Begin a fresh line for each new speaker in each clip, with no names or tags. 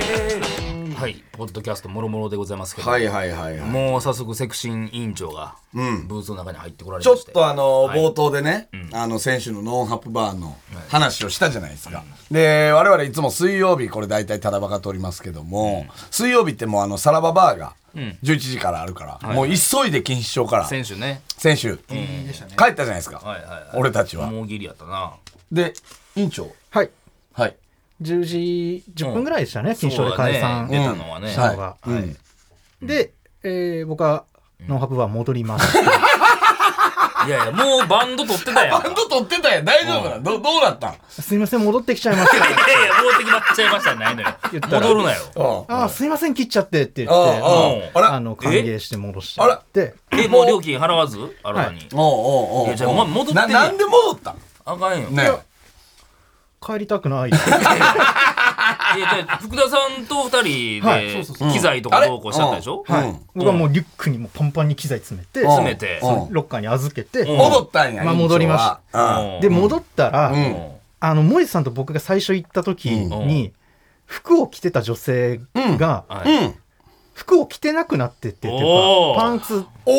はい、ポッドキャストもろもろでございますけど、
はいはいはいはい。
もう早速セクシン委員長がブースの中に入ってこられ
ちょ
ま
っ
して、
とあの、冒頭でね、あの、先週のノンハップバーの話をしたじゃないですか。で、我々いつも水曜日、これ大体タラバが撮りますけども、水曜日ってもうあの、サラババーが11時からあるから、もう急いで錦糸町から、
選手ね
先週、帰ったじゃないです
はいはい
か。
はい
俺たちは。
もうギリやったな
で、委員長。
はい。
はい。
10時10分ぐらいでしたね、金賞で解散
そうだね出たのはね、
したのが。
はい。うん
で、えー僕はノンハプは戻ります。
いやいやもうバンド取ってたやんか
バンド撮ってたやん。大丈夫なのどどうなったん
すいません、戻ってきちゃいま した。
いやいやもうてきまっちゃいましたねないのよ
たら
戻るなよ
あ
ああ、すいません、切っちゃってって言
あ
って、
あ
うん
あら
あの、歓迎して戻して
あら
で、
えもう料金払わず新たに、
おうおうおう
いやじゃあお前戻ってんね
なんなんで戻ったん
あかんよ、
ね
帰りた くな
え
い。
じゃあ福田さんと二人で、
はい
機材とかどうこうしちゃったでしょ、
あれうん
はい僕はもうリュックにもうパンパンに機材詰めて、
詰めて
うん
う
ロッカーに預けて、
ん
戻ったんや。
まあ
委員長は
戻りまし
うん
で、戻ったら、
うん
あの、森さんと僕が最初行った時に、服を着てた女性が、
はい
うん。
服を着てなくなってって、っていう
おー
か、パンツ
お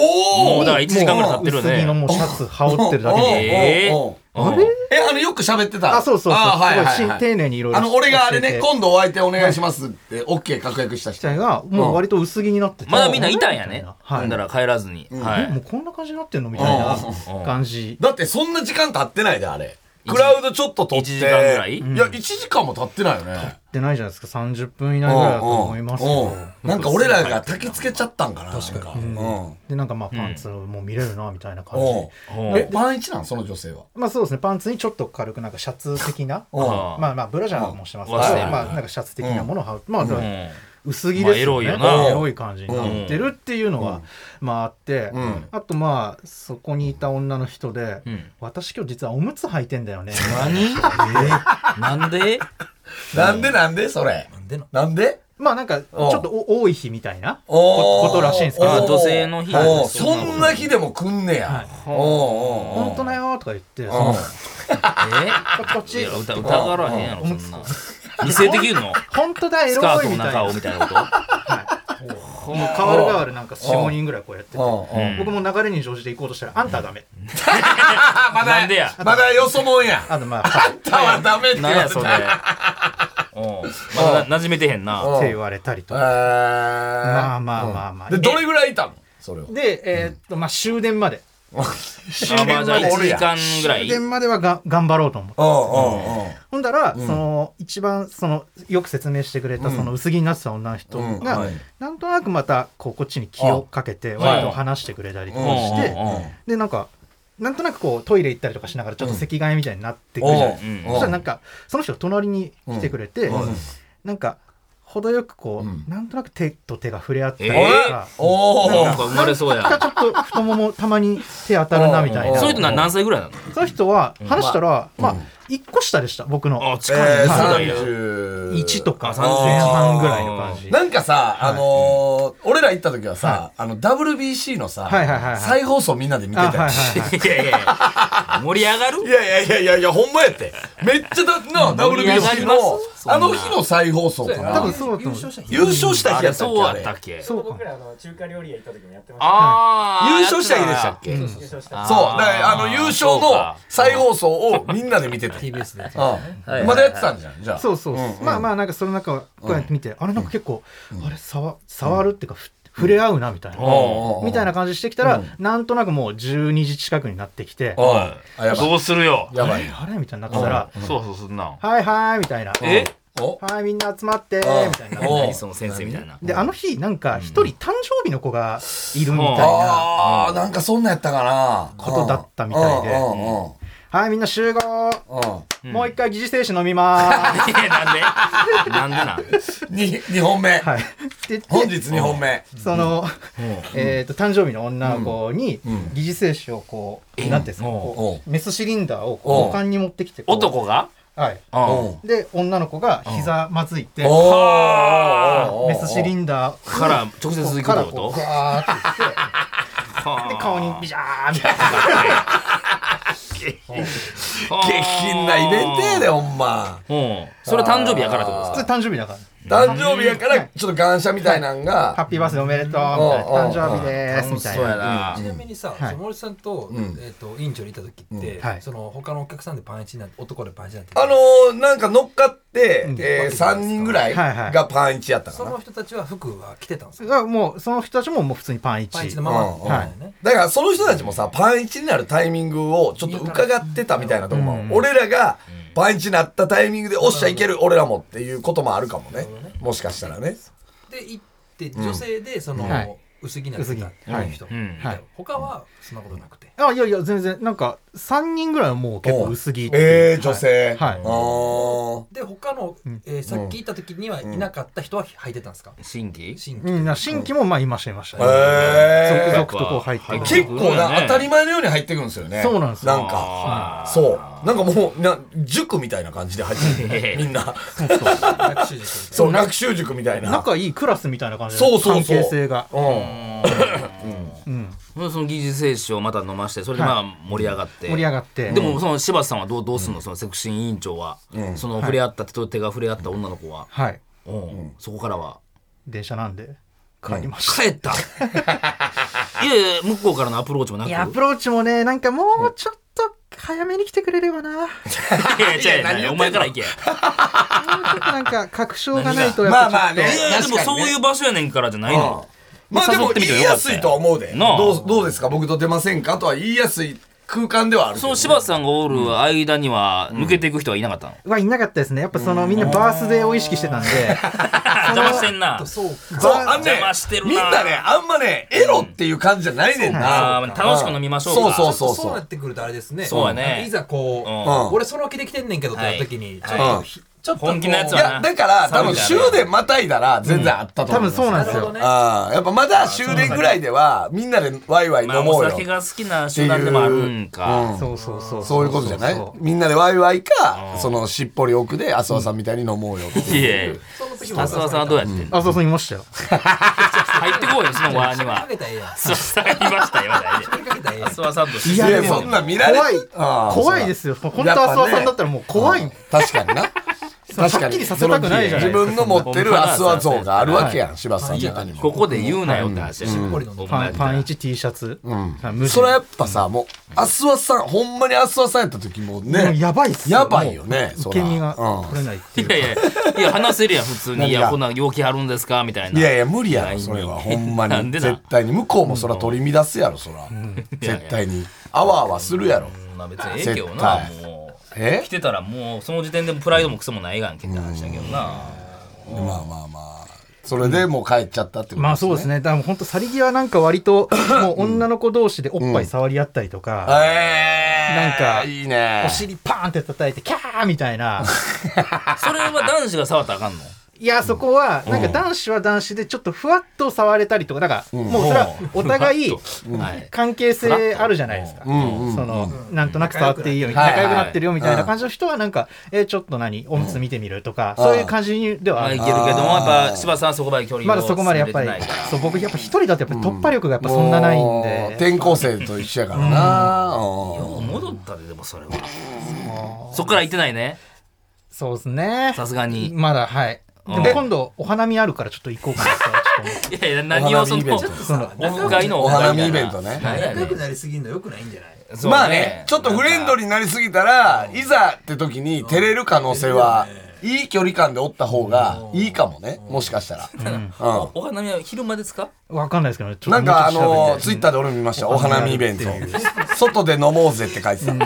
も
お
うだから1時間ぐらい経ってる
薄
よね
着のもうシャツ羽織ってるだけで。
ええ
あれ
え、あの、よく喋ってた。
あ、そうそうそう。
あはいは
すご
い
い
は
し
い
丁寧にいろいろ。
あの、俺があれね、
今
今度お相手お願いしますって、オッケー確約した人。
体が、もう割と薄着になってて
まだみんないたんやね。
は。
はいい。だから帰らずに。は
えも
い。
うこんな感じになってんのみたいな
うん
感じ。
だってそんな時間経ってないで、あれ。クラウドちょっと撮って。
一時間ぐらい
いや、1時間も経ってないよね。
でないじゃないですか。30分以内ぐらいだと思いますけ
うん
ど
う。んなんか俺らが焚き付けちゃったんかな。確かに。うん
で、なんかまあパンツもう見れるな、みたいな感じ。
お
うん
え、パンイチなんその女性は。
まあそうですね。パンツにちょっと軽くなんかシャツ的な。
うん
まあまあブラジャーもしてますけ
うん
ど、
はい
まあなんかシャツ的なものを羽織って、まあだから
うん
薄着ですよね、
まあエロいよな
エロい感じになってるっていうのが、まああって、
ん
あとまあそこにいた女の人で、
ん
私今日実はおむつ履いてん だよね
何なんで
なんでなんでそれ。
なんでな
なんで
まあなんかちょっとお多い日みたいな
お
こ
ー
ことらしいんですけ
あ
ど
女性の日
おー
そ
そ
んなこと
んな日でも来んねや。おー
「
おーおー
本当だよ」とか言って「
うん
こっちこっ
えい
ち
や、疑疑わらへんやろ、そんな。見せてきるの
本当だエ
スカ
ロ
ートの
い」みたいな
中をみたいなこと
はい、もう変わる変わるなんか45人ぐらいこうやってて
うんうん
僕も流れに乗じて行こうとしたら「あんたはダメ」
あまだ
なんでや
まだよそもんや。
あ のまあ
あんたはダメって言
なん
われ
や、
た
それ。うんまだな馴染めてへんな。
って言われたりとかまあまあまあまあ
で、どれぐらいいたのそれは。
でえーっとまあ終電まで
あまあじゃあ1時間ぐら
終
い。
電まではが頑張ろうと思って。
うんうんうん。
ほんだら、その一番そのよく説明してくれたその薄着になってた女の人
うん
が、
はい
なんとなくまたこうこっちに気をかけて
はい
割と話してくれたりとか
うん
して、
うんうん
でなんかなんとなくこうトイレ行ったりとかしながらちょっと席替えみたいになってくるじゃないです
う
か、
ん
そしたらなんかその人が隣に来てくれて、
うん
なんか程よくこう、
うん
なんとなく手と手が触れ合ったりとか、
お
なん
ー
か生まれそうや
なん
ん。
かちょっと太ももたまに手当たるなみたいな
そういうのは何歳ぐらいな
その人は話したら、まあ1個下でした僕の
のあ、近い
えー、
ね。世代や
31
1とか
あ
前
30
半ぐらいの感じ。
なんかさ、あのー、俺ら行った時はさ、あの、WBC のさ
はいはいはいは、い
再放送みんなで見てた
あはい
や
はい
ん
はい
いやいやいや盛り上がる
いやいやいやいやいや、ほんまやって。めっちゃだ、な、
盛り上が
WBC
ります
の、
そんな
あの日の再放送か
多分
な。
そうだと思う。
優勝した
あ
日や
れ
ったっ
そう
け
や
あ
っ
れ
たっけ
そうか
僕らあの中華料理屋行った時もやってました。
ああ
優勝した日でしたっけ
優勝した。
そう。だから、あの、優勝
そう
の
か
再放送をみんなで見てた。
TBS で
う
い
ん。まだやってたんじゃん、じゃあ。
そうそうそう。まあまあ、なんかその中、こうやって見て、あれなんか結構、あれ、触触るっていうか、ふ触れ合うな、みたいな。
おうおうおう
みたいな感じしてきたら、なんとなくもう12時近くになってきて、
おい。あ、やばい。
どうするよ
やばい。
あれみたいになってたら、
そうそうそんな
はいはい、みたいな。
え
お
はい、みんな集まって、み
うん
たいな。
お
何その先生みたいな
で、あの日、なんか一人誕生日の子がいるみたいな
ああ、なんかそんなんやったかな。
ことだったみたいで
うんうんうん
はい、みんな集合
うん
もう一回疑似精子飲みまー
いやなんでなんでなん
に二本目
す。。はい。って言って
本日二本目。
その、えっと、誕生日の女の子に、疑似精子をこう、なんていうんですか、こうメスシリンダーをこ
う
う
ん
股間に持ってきて、こう
男が
はい。
うん
うん
で、女の子が膝まずいて、
お
あ
ー
メスシリンダー
から直接行く
から
って
こ
こ
う、ガーっていって、
と
で、顔にビシャーみたい
下品なイベントやで、ほんま。
うんそれ誕生日やからってこと
な。
で
それ誕生日だから。
誕生日やからちょっと感謝みたいなん
ハッ
が
ピーバースデーおめでとうみたいな
うん
誕生日ですみたい
そうや
な
な
ちなみにさ、
はい
森さんと、
ん
えっ、と、委員長でいた時って、
んはい
その他のお客さんでパンイチになって、男でパンイチになって。
あのーなんか乗っかって、えー、3人ぐらい
はいはい
がパンイチやったか
そ
な、
の人たちは服は着てたんですよ。
がもうその人たちももう普通にパン
パンイ
一
チのままだっ
うんう
た
ん
んだよね。
だからその人たちもさパンイチになるタイミングをちょっと伺ってたみたいなとこも、俺らがパンイチになったタイミングでおっしゃいける俺らもっていうこともあるかもねもしかしたらね
で行って女性でその、
はい
薄着になってたっていう人、
うん
はい
他はそんなことなくて、
あいやいや全然なんか3人ぐらいはもう結構薄着っていう
えー、女性
はい
あ
で他の、えーさっき行った時にはいなかった人は履いてたんですか、
新規
新
うんな新規もまあいましたいました、
ーえー
続々とこう入っていく
結構な、
ね
当たり前のように入ってくるんですよね
そうなんですよ
なんかそうなんかもうな塾みたいな感じで入って くるみんな
学習塾みたい
そう学習塾みたいな
仲いいクラスみたいな感じ
そうそうそう
関係性が
うん
うん、
その疑似精子をまた飲ましてそれでまあ盛り上がって、
盛り上がって
でもその柴田さんはどうどうすんのそのセクシー委員長は、その触れ合った手と手が触れ合った女の子は、
はい
うんそこからは
電車なんで帰りまし
帰ったいやいや向こうからのアプローチもな
た、
く
いやアプローチもねなんかもうちょっと早めに来てくれれば な、もう
いやいやいや
いや何言ってんの
お前から行けい
ちょっとなんか確証がないとやっ
ま
ぱ
あま
ちょっと、
あね
やいやでもそういう場所やねんからじゃないのよ
まあでも
誘って
言
みて
い
もよか
や
った
す
よ
いとは思うで。
なあ
どうどうですか僕と出ませんかとは言いやすい空間ではあるけど
その柴田さんがおる間には抜けていく人はいなかったの、
はいなかったですねやっぱそのみんなバースデーを意識してたんで
邪魔してんな
なそうか
そうあんね
邪魔してるな
みんなねあんまねエロっていう感じじゃないねんな、
あー楽しく飲みましょうか
そう
そ
そううそう
なってくるとあれですね
そうやね
なんかいざこう、
うん
俺その気で来てんねんけどってなった時に、
はい
ちょっと、
はい
ひちょっとこう
本気のやつ
い
は
やだから多分終電またいだら全然あったと
多
思う、
分そうなん
な
で
る
す
ほ
よ
どね
あーやっぱまだ終電ぐらいではみんなでワイワイ飲
まあ、
も
お
うよ、
酒が好きな集団でもあるんか、
うん
そうそうそう
そういうことじゃない
そうそう
みんなでワイワイかそのしっぽり奥で浅尾さんみたいに飲もうよっていう
いやいや
その時も
浅田さんはどうやってんの、
あそうそういましたよ
入ってこいよその輪に
か
は
けたらええやん
そうさあ言いましたよ
それかけたらええやん
浅田さんとして
い
い
や
や
で
そ
も
んなん見られ
怖い
あー
怖いですよ本当浅輪さんだったらもう怖い、
確かに な。確か
はっ
に
きりさせたくないじゃ
自
ないですか
分の持ってるアスワ像があるわけやん、柴田さんの中に
こ
も。
こで言うなよって話やし、
っぽり飲んで
お
パ
前
ンパン1 T シャツ、はい無地
それはやっぱさ、もう、アスワさん、ほんまにアスワさんやった時も
もう
ね、
やばいっす
やばいよね、
も
そうら
受け身が
う
取れないってい、
いうやいやいや話せるやん普通に「い
何
や
が
こんな陽気あるんですか?」みたい
ん
ない
やいや、無理
な
や
い
ろ、
ね
それは。ほんま
なん
に。
でだ
絶対に。向こうもそら取り乱すやろ、そら。絶対に。あわあわするやろ。
そんな別にええけどな
絶
もう
え
来てたらもうその時点でプライドもクソもないがんけって話だけどな
まあまあまあ。それでもう帰っちゃったってこと
まあそうですねだから本当去り際なんか割ともう女の子同士でおっぱい触り合ったりとか、
えー
なんか
いいね
お。尻パーンって叩いてキャーみたいな
それは男子が触ったらあかんの
いやそこはなんか男子は男子でちょっとふわっと触れたりとかだからもうそれはお互い
はい
関係性あるじゃないですか、そのなんとなく触っていいよみたいな
はいは
仲
い
良くなってるよみたいな感じの人はなんか、えちょっと何おむつ見てみるとか、そういう感じで
ま
はあ
あ
る
いけるけどもやっぱ柴田さんはそこまで距離
ま
を
だそこまでやっぱり
詰めてないから
そう僕やっぱ一人だとやっぱり突破力がやっぱそんなないん
もう
で、
転校生と一緒やからな。うん
戻ったででもそれはそっから行ってないね
そうですね
さすがに
まだはいでも
うん
今度お花見あるからちょっと行こうかなとはちょっと思って
いやいや何をその
お花見イベント
屋外の
お花見イベントね
はい
仲良くなりすぎるのよくないんじゃない
そう
まあね、ちょっとフレンドになりすぎたら、いざって時に照れる可能性は、いい距離感でおった方がいいかもね、もしかしたら。うん
お花見は昼間ですか
わかんないですけどねちょっ
な
と
ん
もうちょ
かあの、
っと調べて
ツイッターで俺も見ました、お花見イベント。外で飲もうぜって書いてた。
じゃ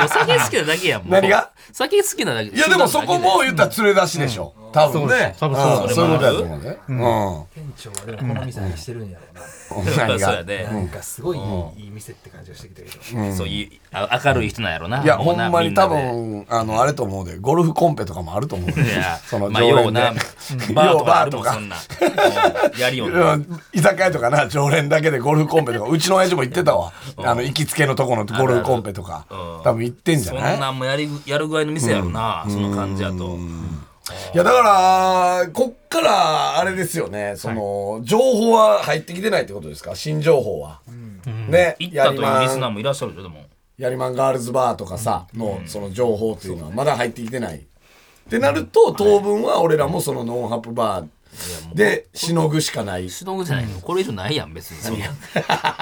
あお酒好きなだけやも ん
何が
酒好きなだけ
いやでもそこも言ったら連れ出しでしょ。多分ね。
そうです多分そう
うん
です
そういうことやと思うね。
店長はでもこの店にしてるんやろうな、
うん。
やっぱ
何
そうや
が。
で、
なんかすごいいい,、いい店って感じがしてきたけど、
そういうあ明るい人なんやろないい
や、ほんまに多
い
分、あの、あれと思うで、ゴルフコンペとかもあると思うで
や。
その
まあよう
常連で
な。バーとかあるも
ようバーと
ん
か
そんなうんやりよん
う
なん
居酒屋とかな常連だけでゴルフコンペとかうちの親父も行ってたわあの行きつけのとこのゴルフコンペとか
うん
多分行ってんじゃ
そん
ない
なんもやりやる具合の店やろなその感じやと
いやだからこっからあれですよねその、情報は入ってきてないってことですか新情報は、ね
行ったというリスナー
ン
もいらっしゃるでしょでも
やりまんガールズバーとかさのその情報っていうのはまだ入ってきてないってなると当分は俺らもそのノンハプバーでしのぐしかない
しのぐじゃないのこれ以上ないやん別にそんな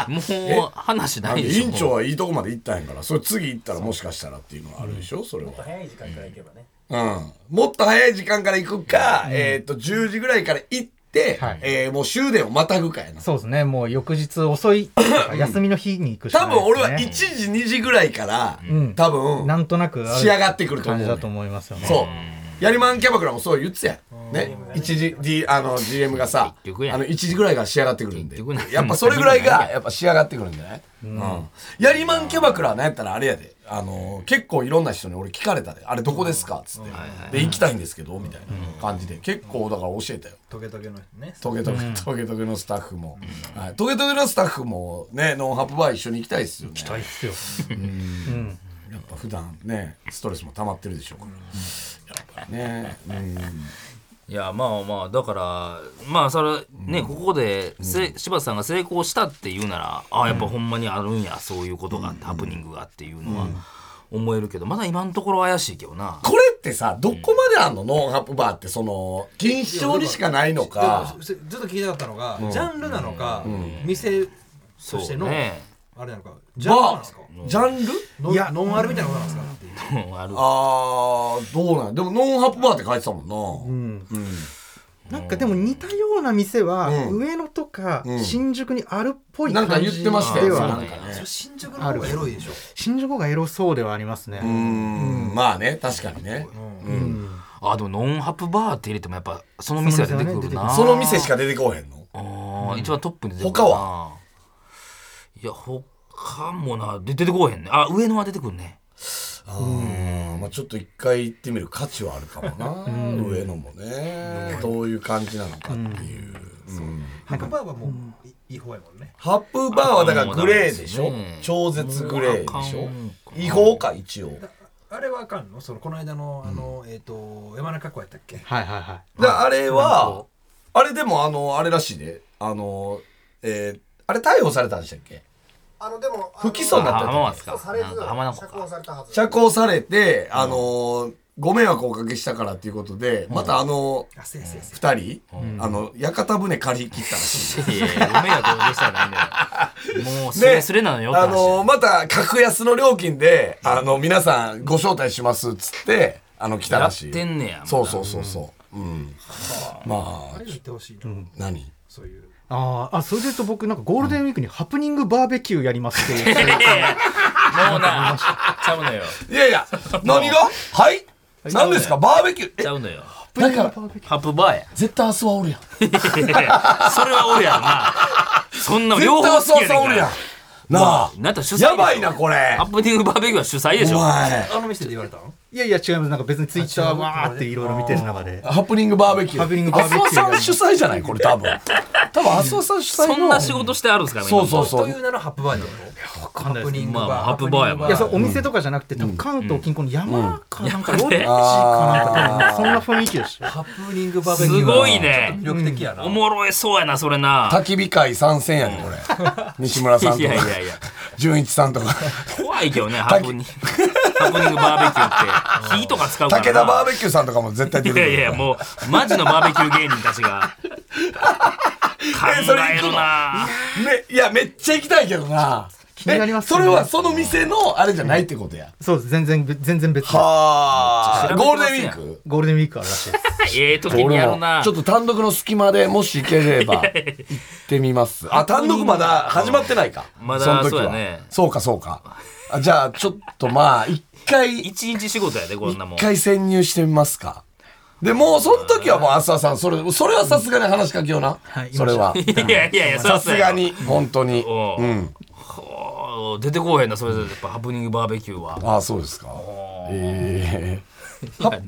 もう話
な
なんい
で
でし
委
ょ
員長
もう
はいいとこまで行ったんやからそれ次行ったらもしかしたらっていうのはあるでしょそれは
と早い時間から行けばね。
うんもっと早い時間から行くか、えっと10時ぐらいから行って、
はい
えーもう終電をまたぐかやな
そうですねもう翌日遅い休みの日に行くしか
多
ないです、
分
ね、
俺は1時2時ぐらいから、
ん
多分
なんとなくある
仕上がってくると思う,、
感じだと思いますよね
そうやりまんキャバクラもそう言ってたやんね1時 D あの GM がさあ
結局や
の1時ぐらいから仕上がってくるんで
結局な
やっぱそれぐらいがやっぱ仕上がってくるんじゃない、うんやりまんキャバクラなんやったらあれやであの結構いろんな人に俺聞かれたであれどこですかっつって、で行きたいんですけどみたいな感じで結構だから教えたよ
トゲトゲのね
トゲトゲ、トゲトゲのスタッフも、はい、トゲトゲのスタッフもねノンハプバー一緒に行きたいですよね
期待っすよ
やっぱ普段ねストレスも溜まってるでしょうから、やっぱりね、
いやまあまあだからまあそれね、ここでせ柴田さんが成功したっていうならああやっぱほんまにあるんやそういうことがあって、ハプニングがあっていうのは思えるけどまだ今のところ怪しいけどな。
これってさどこまであんの、ノンハプバーってその錦糸町にしかないのか
でもずずっと聞いたかったのが、ジャンルなのか、店と
そう
しての、
ね。
あれなのかジャンルなん
バ
ですか
ージャンル
いやノンアルみたいなことなんですかっていう
ある
あーどうなんでもノンハプバーって書いてたもんな、
なんかでも似たような店は
うん
上野とか
うん
新宿にあるっぽい
なん
感
か言っ
じ
てました
で
よ
あ
な
そ
ん
う
か
だ
ね
それ新宿の方がエロいでしょ
新宿がエロそうではありますね
うーんまあね確かにね、
あでもノンハプバーって入れてもやっぱその店は出てく
その
る
店は
な。
ね
その店しか出てこうへんの
あー一番トップに出てくる
他
いや他もなで出てこうへんね。あ上野は出てくるね。
あーまあちょっと一回行ってみる価値はあるかもな、上野もねどういう感じなのかっていう、うん
ハクバーはもういいい方やもんね
ハップバーはだからグレーでしょ、
もうダメですね
超絶グレーでしょ
もうあかん
違法か一応だか
あれはあかんのそのこの間のあの、えっ、と山中湖やったっけ
はいはいはい
らあれはあれでもあのあれらしいであのえーあれ逮捕されたんでしたっけ
あのでも
不起訴になったよ
あ浜松
あの
か。
され
な
ず
んか浜名湖
釈
か
放。されたはず
釈放されてあのーご迷惑をおかけしたからっていうことでまたあの
あせやせやせや
二人、あの屋形船借り切ったらしい
いやいやご迷惑をおかけしたらないんだよ。もうす
ね
れすれなのよって
あ
話だよ
のまた格安の料金であの皆さんご招待しますっつってあの来たらしい
やってんねや
そうそうそうそううん、ま
あ
あ
れ言ってほしいな、
何
そういう
あーあそれで言うと僕なんかゴールデンウィークにハプニングバーベキューやりますっていう
もうな、ちゃうのよ。
いやい や何がはい何ですかバーベキュー
ちゃうのよ。
えだから
ハップバーや。
絶対明日はおるやん
いやいやそれはおるやろな。そんな
絶
両
対明
方
日は
好き
明日はお
や
る
ねん
や
か
んなあ
なあんた主催でしょ
やばいなこれ
ら。ハプニングバーベキューは主催でし
お
ょ。
前
あの店で言われたの
いやいや違いますなんか別にツイッターわーっていろいろ見てる中で
ハプニングバーベキュー
ハプニングバーベキュー
明日はさん主催じゃないこれ多分多分明日はさん主催の
そんな仕事してあるんですかね。
そうそう
と
そう
いう名のハップバーなのハ
かんない
プニング
まあ
バー、
まあハプバーやもん
いやそれお店とかじゃなくて、多分関東近郊の山かなんか
うん
ロッジかなんかそんな雰囲気でした
ハプニングバーベキュ
す
ーは
ごいね
魅。力的やな、
おもろいそうやな、それな。
焚き火会参戦やね これ西村
い
さん
や
と
い
か
やいや、
純一さんとか
怖いけどね、ハプニング。ハプニングバーベキューって、火とか使うから
武
な。
田バーベキューさんとかも絶対出て
い
くる
やいや、もう、マジのバーベキュー芸人たちが。考えるな。
めいやめっちゃ行きたいけどな
気になります
え
ね
それはその店のあれじゃないってことや
そうです全然全然別です
はあ
めっちゃ
ゴ
調
ール
べ
デ
て
ンウィー
ますやん
ク
ゴールデンウィークあるらしいです
ええ時にやるな。
ちょっと単独の隙間でもし行ければ行ってみますあ単独まだ始まってないか
まだ
その時
そう
は
やね
そうかそうかあじゃあちょっとまあ一回
一日仕事やで、こんなも
一
ん。
回潜入してみますかでもうその時はもう浅田さんそれそれはさすがに話しかけような、
はい
それはい
やいやいや、 そう
さ
っ
す
よ
が。に本当に
おう
うん
おー出てこうへんな、それで、やっぱハプニングバーベキュー は。
ああそうですかええハプ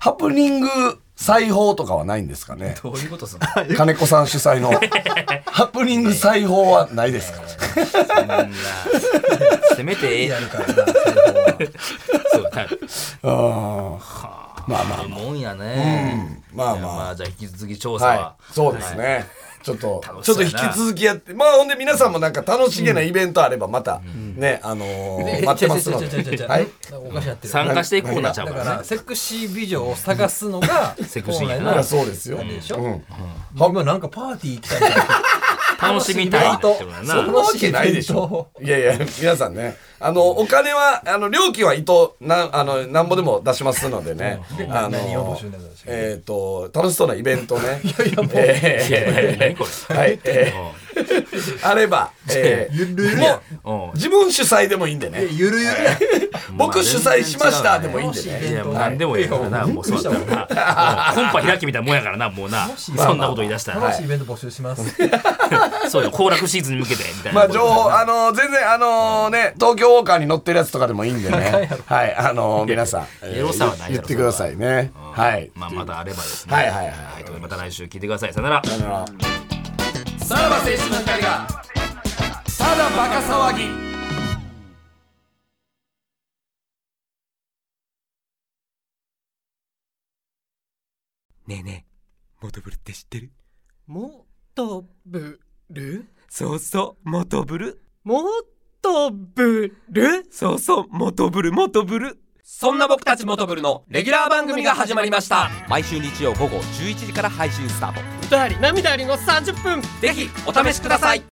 ハプニング裁縫とかはないんですかね
どういうことすんの
金子さん主催のハプニング裁縫はないですか
そ んなせめてええやん
やるからなそれは
そうだ
ああまあまあ
いいもんやね。
うんまあまあ
いやじゃあ引き続き調査は
は。い、そうですね、ちょっと
楽し
ちょ
そ
っ
う
と
や
引
な
き続きやってまあほんで皆さんもなんか楽しげなイベントあればまたね、あのー待ってますの
ちょちょちょち
で
ょ
はい
なんかおかしなってる。
参加していくコーナーちゃう
だ
か
からら
ね。
セクシー美女を探すのが
セクシーや
い
な
本来の
やそうですよ、
でしょ。
う
うんん今なんかパーティー行きたいな。
楽しみたいなってことや
そんな
な。
わけないでしょ。いやいや、皆さんね、あの、お金は、あの、料金は伊藤、な、あの、なんぼでも出しますのでね。あ
何を
の
募集なさいま、した
えっと、楽しそうなイベント ね。えー
いやいや 何これ。
はい、えーあれば、えー
うん
もう、自分主催でもいいんでね。
ゆるゆるや
僕主催しましたでもいいん
で。
で
も
ね。
し
いや、もう何でもいいからな、もうそうだったらな。コンパ開きみたいなもんやからな、もうな。そんなこと言い出したら
楽。しいイベント募集します。
そうよ、行楽シーズンに向けて、みたいな。
まあ情報、あの全然、あのね、東京ウォーカーに乗ってるやつとかでもいいんでね。はい、あの皆さん、えー
エロさはないや
言
ろ
ってくださいね。はい。
まあ、またあればですね。
はいはいはい
はい。ということでまた来週聞いてください。さよなら。
さらば青春の光が、ただバカ騒ぎ。
ねえねえ、モトブルって知ってる
もっとぶる
そうそう、モトブル。
もっとぶる
そうそう、モトブル、モトブル。
そんな僕たちモトブルのレギュラー番組が始まりました。
毎週日曜午後11時から配信スタート。
歌あり涙ありの30分
ぜひお試しください。